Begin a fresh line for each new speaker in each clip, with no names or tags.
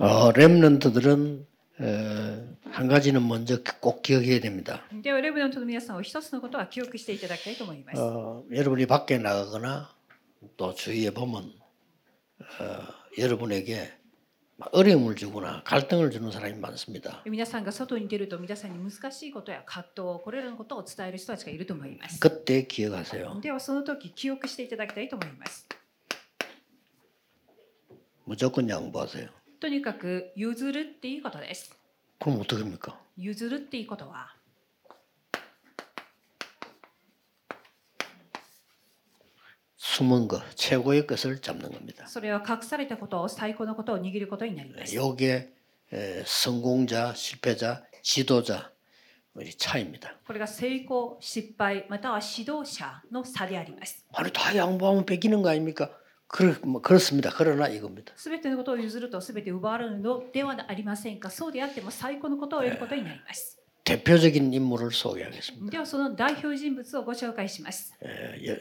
어, 렘넌트들은 어, 한 가지는 먼저 그 꼭 기억해야 됩니다.
ではレブナントの皆さんを一つのことは記憶していただきたいと思います。
어, 여러분이 밖에 나가거나 또 주위에 보면 어, 여러분에게 막 어려움을 주거나 갈등을 주는 사람이 많습니다.
皆さんが外に出ると皆さんに難しいことや葛藤これらのことを伝える人たちがいると思います。
그때 기억하세요.
ではその時記憶していただきたいと思います。
무조건 양보하세요.
とにかく譲るっていうことです。
그럼 어떻게 합니까?
譲るっていうことは
숨은 것, 최고의 것을 잡는 겁니다.
それは隠されたことを最高のことを握ることになります。
요게 에, 성공자, 실패자, 지도자 우리 차입니다.
これが成功、失敗、または指導者の差であります。
아니 다 양보하면 뺏기는 거 아닙니까? 그렇, 뭐 그렇습니다. 그러나 이겁니다.
すべてのことを譲るとすべて奪われるのではありませんか。そうであっても最高のことを得ることになります。
대표적인 인물을 소개하겠습니다. 예,
ではその代表人物をご紹介します。
에, 여-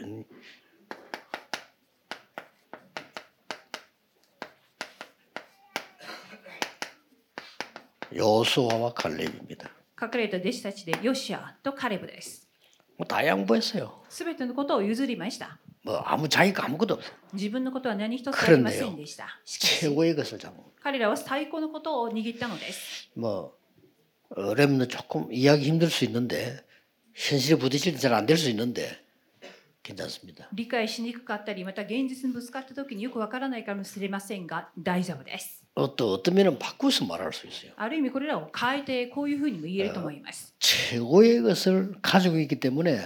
요수아와 갈렙입니다.
隠れた弟子たちでヨシアとカレブです。
뭐 다 양보했어요.
すべてのことを譲りました。
뭐 아무 자기가 아무것도 없어요.
自分のことは何一つありませんでした。しかし
최고의 것을 잡은.
彼らは最高のことを握ったのです。
뭐 어렵는 조금 이해하기 힘들 수 있는데 현실에 부딪힐 때 잘 안 될 수 있는데 괜찮습니다.
理解しにくかったり、また現実にぶつかった時によくわからないかもしれませんが、大丈夫です。
어떤 어떤 면은 바꾸어서 말할 수 있어요.
ある意味これらを変えてこういうふうにも言えると思います。
최고의 것을 가지고 있기 때문에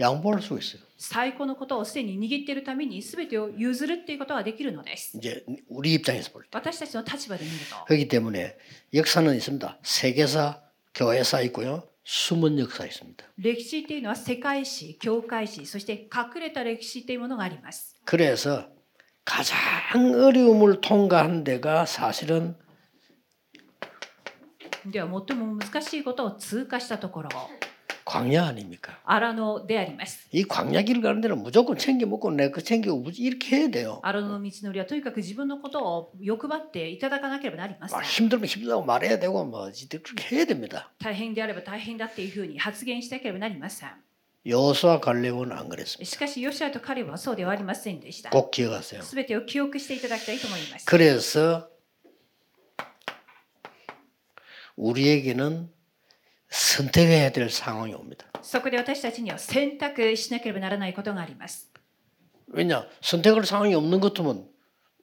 양보할 수 있어요.
最高のことをすでに握っているために全てを譲るっていうことができるのです。
이제 우리 입장에서 볼 때.
私たちの立場で見ると
그렇기 때문에 역사는 있습니다. 세계사, 교회사 있고요. 숨은 역사 있습니다.
歴史っていうのは世界史、教会史、そして隠れた歴史っていうものがあります。
그래서 가장 어려움을 통과한 데가 사실은
では最も難しいことを通過したところ、
광야 아닙니까?
荒野であります。
이 광야길 가는 데는 무조건 챙겨 먹고 내 거 챙기고 무지- 이렇게 해야 돼요.
荒野の道のりはとにかく自分のことを欲張っていただかなければなりません
막 。 아, 힘들면 힘들다고 말해야 되고 뭐 이제 그렇게 해야 됩니다.
大変であれば大変だっていうふうに発言しなければなりません。
여수와 갈렙은 안 그랬습니다.
しかし、ヨシアと彼はそうではありませんでした。
꼭 기억하세요.
すべてを記憶していただきたいと思います。
그래서 우리에게는 선택해야 될 상황이 옵니다.
そこで私たちには選択しなければならないことがあります。
왜냐 선택할 상황이 없는 것 같으면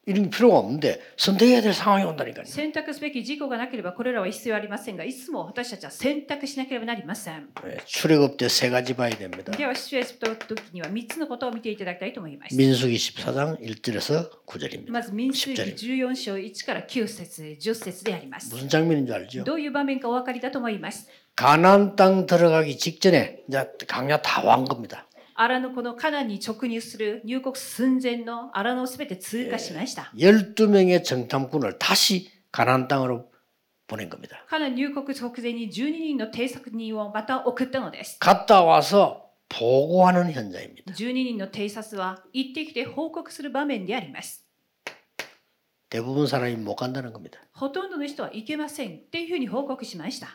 이런 게 필요가 없는데 선택해야 될 상황이 온다니까요.
選択すべき事項がなければこれらは必要ありませんが、いつも私たちは選択しなければなりません。
예, 출애굽 때 세 가지 봐야 됩니다.
では、出演する時には3つのことを見ていただきたいと思います。
민수기 14장 1절에서 9절입니다.
まず、民数記
10
14章1から9節10節であります。
무슨 장면인지 알죠?
どういう場面かお分かりだと思います。
가나안 땅 들어가기 직전에 이제 강야 다 왕 겁니다.
アラノこのカナンに直入する入国寸前のアラノをすべて通過しました。
12명의 정탐꾼을 다시 가나안 땅으로 보낸 겁니다.
カナン入国直前に12人の偵察人をまた送ったのです。
갔다 와서 보고하는 현장입니다.
12人の偵察は行ってきて報告する場面であります。
대부분 사람이 못 간다는 겁니다.
ほとんどの人は行けませんっていうふうに報告しました。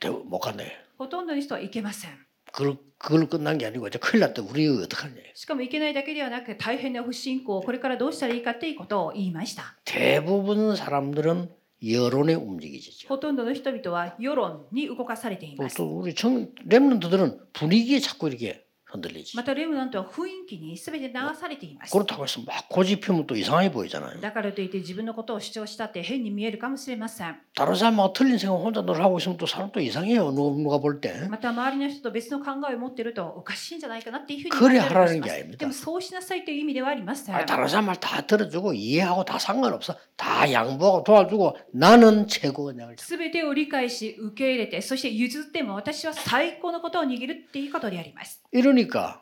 대- 못 간다.
ほとんどの人は行けません。
그걸, 그걸 끝난 게 아니고 이제 큰일 났다. 우리 어떡하냐.
しかも行けないだけではなく大変な不信仰をこれからどうしたらいいかっていうことを言いました。
대부분 사람들은 여론에 움직이죠.
ほとんどの人々は世論に動かされてい
또
ます。
우리 청, 랩런트들은 분위기에 자꾸 이렇게 흔들리지.
またレムナントは雰囲気に全て流されています。
그렇다고 해서 막 고집 피우면 또 이상해 보이잖아요.
だからといって自分のことを主張したって変に見えるかもしれません。
다른 사람하고 틀린 생각 혼자 늘 하고 있으면 또 사람 또 이상해요. 누- 누가 볼 때.
また周りの人と別の考えを持ってるとおかしいんじゃないかなっていうふう
그래
に考える
하라는 게
気がしますで
아닙니다.
もそうしなさいという意味ではありません。
아니, 다른 사람 말 다 들어주고 이해하고 다 상관없어. 다 양보하고 도와주고 나는 최고 그냥.
すべてを理解し受け入れてそして譲っても私は最高のことを握るっていうことであります。
이러니까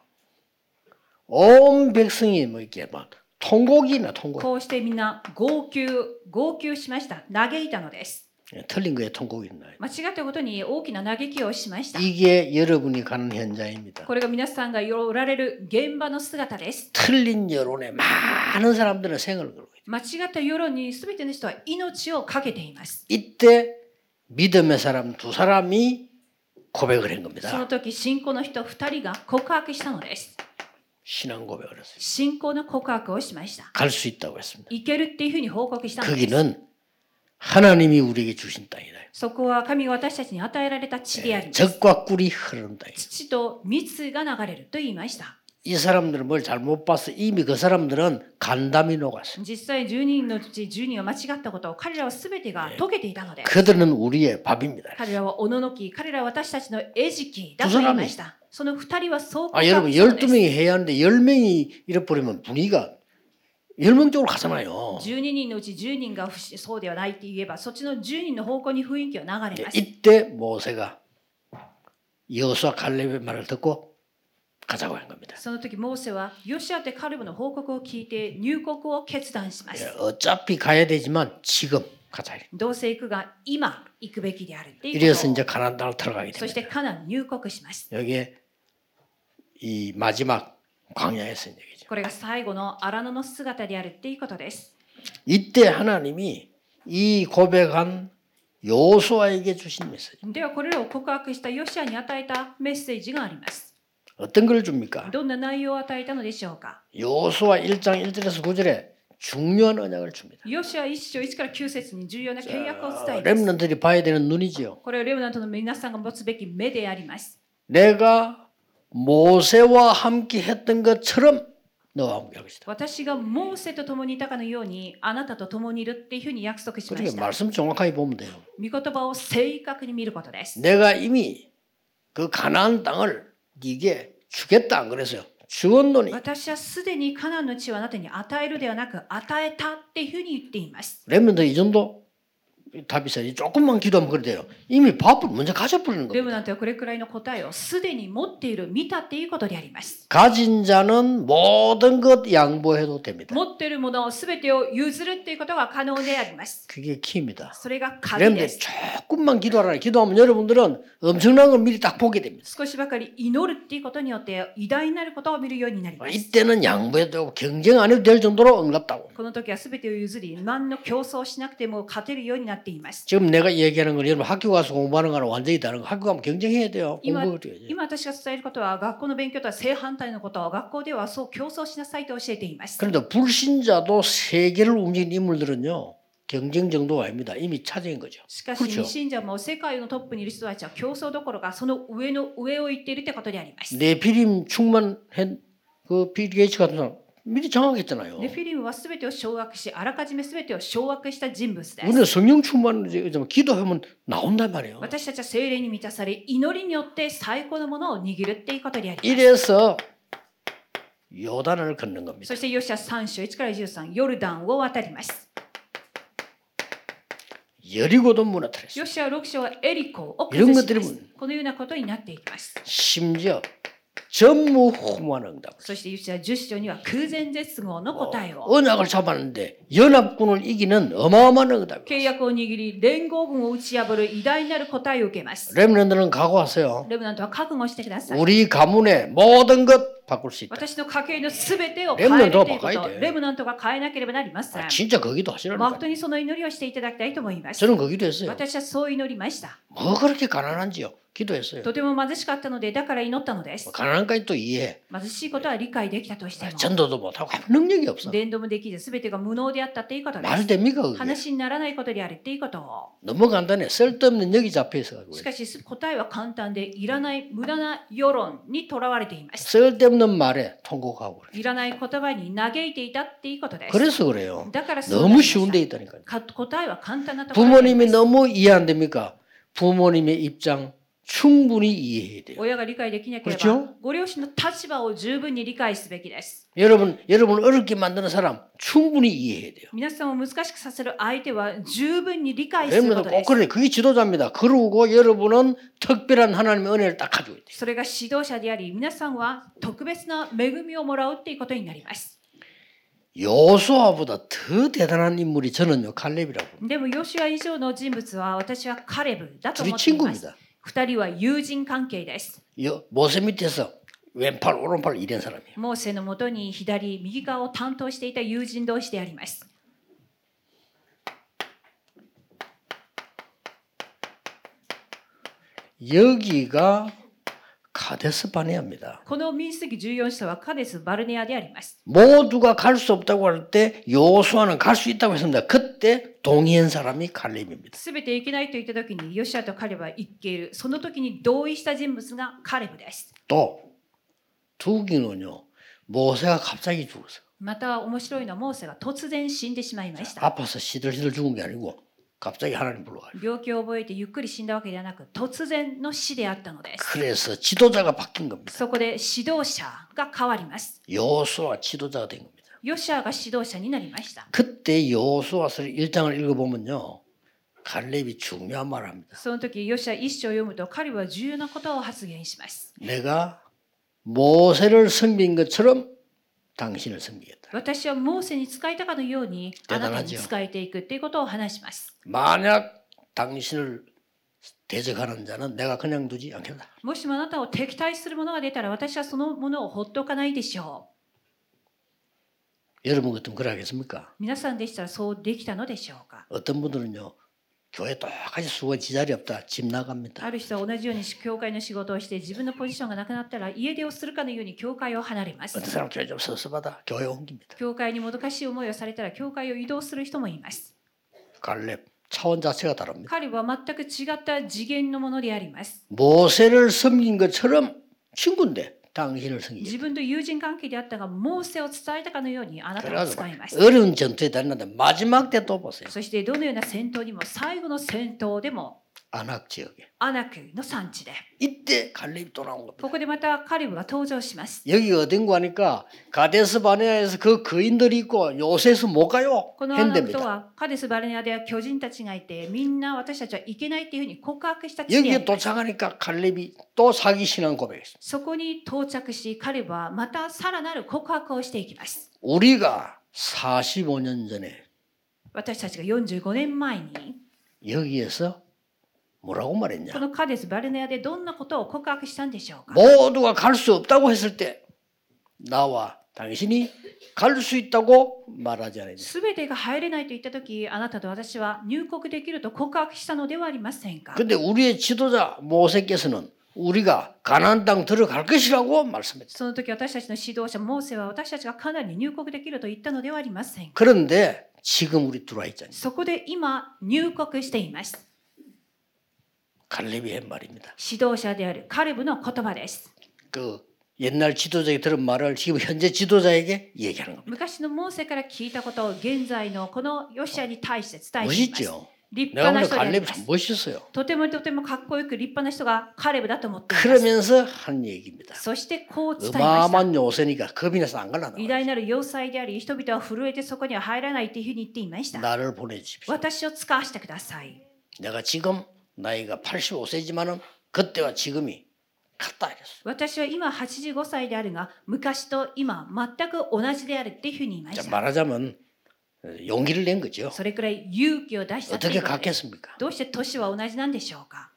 온 백성이 뭐 이렇게 막 통곡이나 통곡.
こうしてみんな号泣号泣しました嘆いたのです。
예, 틀린 거에 통곡이 있나요?
間違ったことに大きな嘆きをしました。
이게 여러분이 가는 현장입니다.
これが皆さんがおられる現場の姿です。
틀린 여론에 많은 사람들은 생을 걸고 있다.
間違った世論に全ての人は命を懸けています。
이때 믿음의 사람 두 사람이 고백을 한
その
겁니다.
時信仰の人2人が告白したのです。
신앙 고백을 했어요.
信仰の告白をしました。
갈 수 있다고 했습니다.
行けるっていうふうに報告したのです。
거기는 하나님이 우리에게 주신 땅이다.
そこは神が私たちに与えられた地であります。
예, 적과 꿀이 흐르는 땅이다.
父と蜜が流れると言いました。
이 사람들은 뭘 잘못 봐서 이미 그 사람들은 간담이 녹았어요.
実際10人のうち10人は間違ったことを彼らは全てが解けていたので
그들은 우리의 네. 밥입니다. 아,
彼らはおののき彼らは私たちの餌食だと言いましたその二人はそう告
아
白したの
여러분
です
12명이 해야 하는데 10명이 잃어버리면 분위기가 10명 쪽으로 가잖아요.
12人のうち10人が不思そうではないって言えばそっちの10人の方向に雰囲気は流
예,
れます
이때 모세가 여호수아 갈렙의 말을 듣고 가자고 한 겁니다. 예,
その時モーセはヨシアとカルブの報告を聞いて入国を決断しま
예,
す
어차피 가야 되지만 지금 가자.
どうせ行くが今行くべきであるっていうこ
이래서
と
이제 가나안 땅을 들어가게
そして
됩니다.
カナン入国します
여기에 이 마지막 광야에서 있는 얘기죠.
これが最後の荒野の姿であるっていうことです
이때 하나님이 이 고백한 요수아에게 주신 메시지
ではこれらを告白したヨシアに与えたメッセージがあります
어떤 걸 줍니까?
どんな内容を与えたのでしょうか
요수아 1장 1절에서 9절에 중요한 언약을 줍니다.
ヨシア1章1から9節に重要な契約を伝えます。
렘넌들이 봐야 되는 눈이지요.
これはレムナントの皆さんが持つべき目であります。
내가 모세와 함께 했던 것처럼 너와 함께 할 것이다.
私がモーセと共にいたかのようにあなたと共にいるっていうふうに約束しま
그러니까
した。
말씀 정확하게 보면 돼요.
御言葉を正確に見ることです。
내가 이미 그 가나안 땅을 네게 주겠다 안 그랬어요. 주었노니
私はすでにカナンの地をあなたに与えるではなく与えたっていうふうに言っています。
렘넌들 이 정도 답이 있어요. 조금만 기도하면 그래 돼요. 이미 밥을 먼저 가져버리는
レム
겁니다.
ナントはこれくらいの答えをすでに持っている、見たっていうことであります。
가진 자는 모든 것 양보해도 됩니다.
持っているものを全てを譲るっていうことが可能であります。
그게 키입니다.
それが鍵で
여러분들
す。
조금만 기도하라. 기도하면 여러분들은 엄청난 걸 미리 딱 보게 됩니다.
少しばかり祈るっていうことによって偉大になることを見るようになります。
이때는 양보해도 되고 경쟁 안 해도 될 정도로 응답다고.
この時は全てを譲り、何の競争をしなくても勝てるようになっています。
지금 내가 얘기하는 건 여러분 학교 가서 공부하는 거랑 완전히 다른 거. 학교 가면 경쟁해야 돼요.
이만-
공부해야 돼요.
今私が伝えることは学校の勉強とは正反対のことを学校ではそう競争しなさいと教えています。
그런데 불신자도 세계를 움직이는 인물들은요. 경쟁 정도가 아닙니다. 이미 차지한 거죠.
しか
그렇 죠
し、未信者も世界のトップにいる人たちは競争どころかその上の上を行っているってことであります。
내 피림 충만한 그 PDH 같은 사람 미리 정하겠잖아요.
ネフィリムは全てを掌握し、あらかじめ全てを掌握した人物です。
우리는 성령 충만을 이제 좀 기도하면 나온단 말이에요.
私たちは精霊に満たされ、祈りによって最高のものを握るっていうことであります。
이래서 요단을 걷는 겁니다.
そしてヨシア3章1から13ヨルダンを渡ります。
여리고도 무너뜨렸어요.
ヨシア6章はエリコを
いろんな
崩し
出るも
ま
ん
す。このようなことになっていきます。
심지어 전무후무한 응답.
そしてヨシア10章には空前絶後の答えを。
언약을 잡았는데 연합군을 이기는 어마어마한 응답.
契約を握り、連合軍を打ち破る偉大なる答えを受
그
けます。
렘런들은 각오하세요.
レブナントは覚悟してください。
우리 가문의 모든 것 바꿀 수 있다.
私の家計のすべてを
レ
変
ブナ
え
ン
る
トは
というこ
バカ
と、
言うて
レブナントが変えなければなりません
아, 。 진짜 거기도 하시라는
本当
거예요.
にその祈りをしていただきたいと思います。
저는 거기도 했어요.
私はそう祈りました。
뭐 그렇게 가난한지요? 기도했어요.
とても貧しかったので、だから祈ったのです。
뭐 가난한까지 또 이해해.
貧しいことは理解できたとして
아,
も。
전도도 못하고 아무 능력이 없어.
伝道もできず全てが無能であったということで
말
す。
됩니까 그게?
話にならないことであるっていうことを。
너무 간단해. 쓸데없는 여기 잡혀 있어가지고.
し
그래요.
かし答えは簡単でいらない無駄な世論にとらわれています。
쓸데없는 말에 통곡하고 그래.
いらない言葉に嘆いていたっていうことです。
그래서 그래요.
だからそうなり
너무
まし
쉬운
た
데 있다니까요.
か答えは簡単なところに
부모님이
あります
너무 이해 안 됩니까? 부모님의 입장 충분히 이해해야 돼요.
親が理解できなけれ
그렇
ば
죠
ご両親の立場を十分に理解すべきです。
여러분, 여러분 을 어렵게 만드는 사람 충분히 이해해야 돼요.
皆さんを難しくさせる相手は十分に理解するこ
여러분들
と
꼭
です。
그래. 그게 지도자입니다. 그러고 여러분은 특별한 하나님의 은혜를 딱 가지고 있대요.
それが指導者であり、皆さんは特別な恵みをもらうっていうことになります。
요수아보다 더 대단한 인물이 저는요 칼렙이라고.
でもヨシュア以上の人物は私はカレブだと
둘이
思っています。
친구입니다.
二人は友人関係です。
여- 모세 밑에서 왼팔 오른팔 이런 사람이에요.
モーセのもとに左、右側を担当していた友人同士であります。
여기가 카데스 바네아입니다.
この民主主義14社はカデス・バルネアであります
모두가 갈 수 없다고 할 때 요수아는 갈 수 있다고 했습니다. 그때 동의한 사람이 갈렙입니다.
すべて行けないと言った時にヨシアとカレブは行けるその時に同意した人物がカレブです
또 두기는요 모세가 갑자기 죽었어요.
また面白いのはモーセが突然死んでしまいました
아파서 시들시들 죽은 게 아니고 갑자기 하나님 불러가지고
病気を覚えてゆっくり死んだわけではなく突然の死であったのです。
그래서 지도자가 바뀐 겁니다.
そこで指導者が変わります。
요수아 지도자가 된 겁니다.
ヨシアが指導者になりました。
그때 요수아서 1장을 읽어보면요 갈렙이 중요한 말을 합니다.
その時ヨシア一章を読むと彼は重要なことを発言します。
내가 모세를 섬긴 것처럼 당신을 섬기겠다.
私はモーセに使いたかのように
手
あ
だな
なたに使えていくっていうことを話します。
만약 당신을 대적하는 자는 내가 그냥 두지 않겠다.
もしもあなたを敵対するものが出たら私はそのものを放っておかないでしょ
여러분 같으면 그러하겠습니까?
う。皆さんでしたらそうできたのでしょうか
어떤 분들은요 교회 똑같이 수건 지자리 없다 집
あ
나갑니다.
る人は同じように教会の仕事をして自分のポジションがなくなったら家出をするかのように教会を離れます
어떤 。 사람 교회 좀 섭섭하다 교회 옮깁니다.
教会にもどかしい思いをされたら教会を移動する人もいます。
갈렙 차원 자체가 다릅니다.
彼は全く違った次元のものであります。
모세를 섬긴 것처럼 친구인데 당신을
自
섬기겠다.
分と友人関係であったが、モーセを伝えたかのようにあなたを
그래가지고
使いました。
어려운 전투에 다녔는데 마지막 때 또 보세요.
そしてどのような戦闘にも最後の戦闘でも
안악 지역에
アナクの産地で
이때 갈렙이 또 나온 겁니다.
ここでまたカリブが登場します。
여기 어딘가 하니까 가데스 바네아에서 그 거인들이 있고 요새에서 못 가요.
このアナク
핸드입니다.
とはカデス・バルネアでは巨人たちがいてみんな私たちはいけないというふうに告白した地であ
여기에
ります
도착하니까 갈렙이 또 사기 신앙 고백했어요.
そこに到着しカリブはまたさらなる告白をしていきます。
우리가 45년 전에
私たちが45年前に
여기에서 뭐라고
こ
말했냐?
のカデス・バルネアでどんなことを告白したんでしょうか
모두가 갈 수 없다고 했을 때 나와 당신이 갈 수 있다고 말하지 않았냐?
すべてが入れないと言ったとき、あなたと私は入国できると告白したのではありませんか
근데 우리의 지도자 모세께서는 우리가 가나안 땅 들어갈 것이라고 말씀했죠.
その時私たちの指導者モーセは私たちがかなり入国できると言ったのではありませんか
그런데 지금 우리 들어와 있잖아요.
そこで今入国しています
갈렙이 한 말입니다.
指導者であるカレブの言葉です
그 옛날 지도자에게 들은 말을 지금 현재 지도자에게 얘기하는 겁니다.
昔のモーセから聞いたことを現在のこのヨシアに対して
아, 예,
伝えています
멋있죠?
立派
내가
な
오늘 갈렙이
人でありま
참
す
멋있어요. 예,
とてもとてもかっこよく立派な人がカレブだと思っています
그러면서 하는 얘기입니다.
そしてこう伝えました
어마어마한 요새니까 겁이 나서 안 갈라나.
偉大なる要塞であり人々は震えてそこには入らないというふうに言っていました。
나를 보내주십시오.
私を使わせてください。
내가 지금 나이가 85세지만은 그때와 지금이 같다 이랬어.
私は今85歳であるが昔と今全く同じであるっていうふうに言いま
자
した。
말하자면 어, 용기를 낸 거죠.
それくらい勇気を出したと
어떻게
いうことです。
갔겠습니까?
どうして年は同じなんでしょうか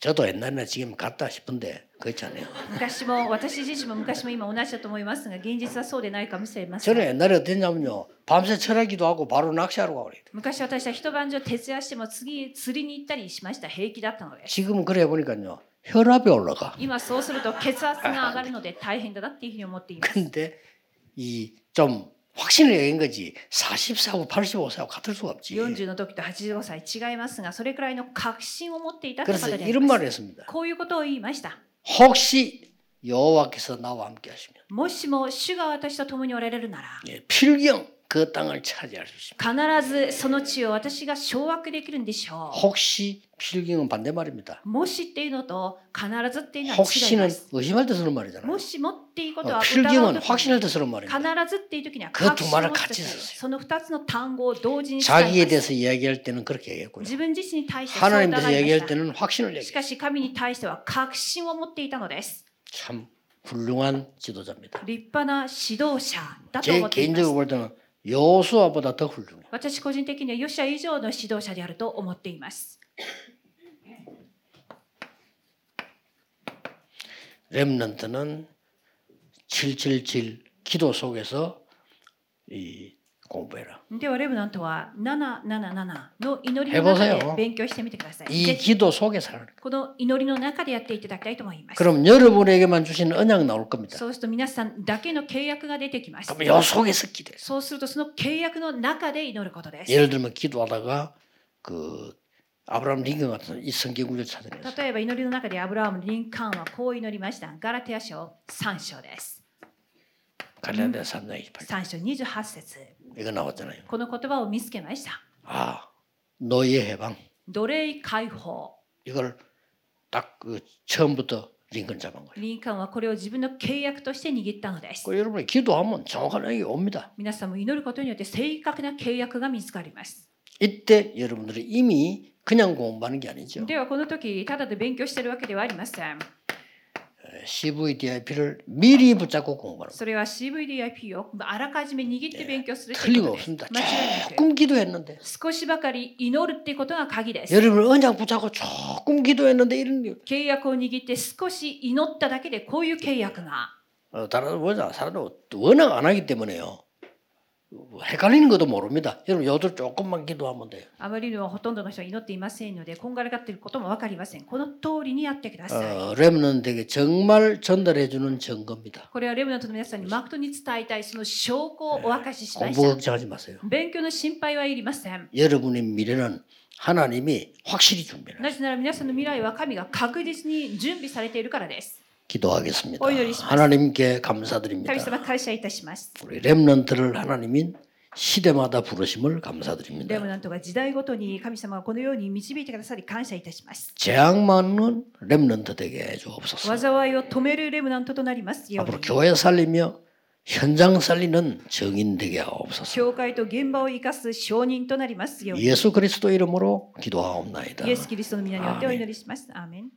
저도 옛날이나 지금 같다 싶은데 그렇잖아요.
昔も私自身も昔も今同じだと思いますが現実はそうでないかもしれません。
저는 옛날에 어땠냐면요. 밤새 철하기도 하고 바로 낚시하러 가고 그래요.
昔私は一晩中徹夜しても次釣りに行ったりしました平気だったのです。
지금은 그래 보니까요. 혈압이 올라가.
今そうすると血圧が上がるので大変だなっていうふうに思 っています。
근데 이 좀 확신을 여긴 거지 44하고 85세하고 같을 수가 없지.
40の時と85歳違いますがそれくらいの確信を持っていたというこ
그래서
とであり
이런
ます
말을 했습니다.
こういうことを言いました
혹시 여호와께서 나와 함께 하시면
もしも主が私と共におられるなら
예, 필경 그 땅을 차지할 수 있습니다.
必ずその地を私が掌握できるんでしょ
혹시 필경은 반대말입니다.
うもしっていうのと必ずっていうのは違いま
혹시는
す
의심할 때 쓰는 말이잖아요.
もしもっていうこと
어,
は疑う
필경은
ときに
확신할 때 쓰는
必
말입니다.
ずっていう時には確信を持つとき
그두말을같이쓰
に
세요
その2つの単語を同時に使い
자기에
ます
대해서 이야기할 때는 그렇게 얘기했고요.
自分自身に対してそう
하나님
疑
대해서
いま
얘기할
した
때는 확신을 얘기해요.
しかし神に対しては確信を持っていたのです
참 훌륭한 지도자입니다.
立派な指導者だと
제
思っていま
개인적으로 볼
す。
때는 여수아보다 더 훌륭해요.
私個人的にはヨシア以上の指導者であると思っています。
렘넌트는 777 기도 속에서 이 공부해라.
ではレブナントは777の祈りの中
해보세세요
で勉強してみてください。
이
ぜひ
기도 속에 살아라.
この祈りの中でやっていただきたいと思います。
그럼 여러분에게만 주시는 언약 나올 겁니다.
そうすると皆さんだけの契約が出てきます。
그럼 요 속에서 기도해.
そうするとその契約の中で祈ることです。
예를 들면 기도하다가 그 아브라함 링컨 같은 이 성경 구절 찾아내서
例えば祈りの中でアブラハム・リンカーンはこう祈りました。ガラテヤ書3章です。
갈라디아 3장 28절
3章28節
이거 나왔잖아요.
この言葉を見つけました。
아 노예 해방
奴隷解放。
이걸 딱 그 처음부터 링컨 잡은 거예요.
リンカーンはこれを自分の契約として握ったのです。
그 여러분이 기도하면 정확한 언약이 옵니다.
皆さんも祈ることによって正確な契約が見つかります。
이때 여러분들이 이미 그냥 공부하는 게 아니죠.
ではこの時ただで勉強してるわけではありません。
CVDIP를 미리 붙잡고 공부하는
それは CVDIP をあらかじめ握って勉強するとい
틀림
うことです。
없습니다.
間違いなく
조금 기도했는데
少しばかり祈るっていうことが鍵です。
여러분 언약 붙잡고 조금 기도했는데 이런 일.
契約を握って少し祈っただけでこういう契約が
어, 다른 원자 사람은 워낙 안 하기 때문에요. 뭐 헷갈리는 것도 모릅니다. 여러분 요들 조금만 기도하면 돼요.
あまりにもほとんどの人は祈っていませんのでこんがらがっていることも分かりませんこの通りにやってください、
어, 렘넌트에게 정말 전달해 주는 증거입니다.
これはレブナントの皆さんにマクトに伝えたいその証拠をお明かししまし
공부
た
걱정하지 마세요.
勉強の心配はいりません
여러분의 미래는 하나님이 확실히 준비를
なぜなら皆さんの未来は神が確実に準備されているからです
기도하겠습니다.
오히려 있습니다.
하나님께
神様
감사드립니다.
感謝いたします
우리 렘넌트를 하나님인 시대마다 부르심을
レブ
감사드립니다.
ナントが時代ごとに神様がこのように導いてくださり感謝いたします
재앙만은 렘넌트 되게 주옵소서.
災いを止めるレブナントとなりますよう
앞으로
に
교회 살리며 현장 살리는 정인 되게 하옵소서.
教会と現場を生かす証人となりますように
예수 그리스도 이름으로 기도하옵나이다.
イエス・キリストの皆によってお祈りします。アーメン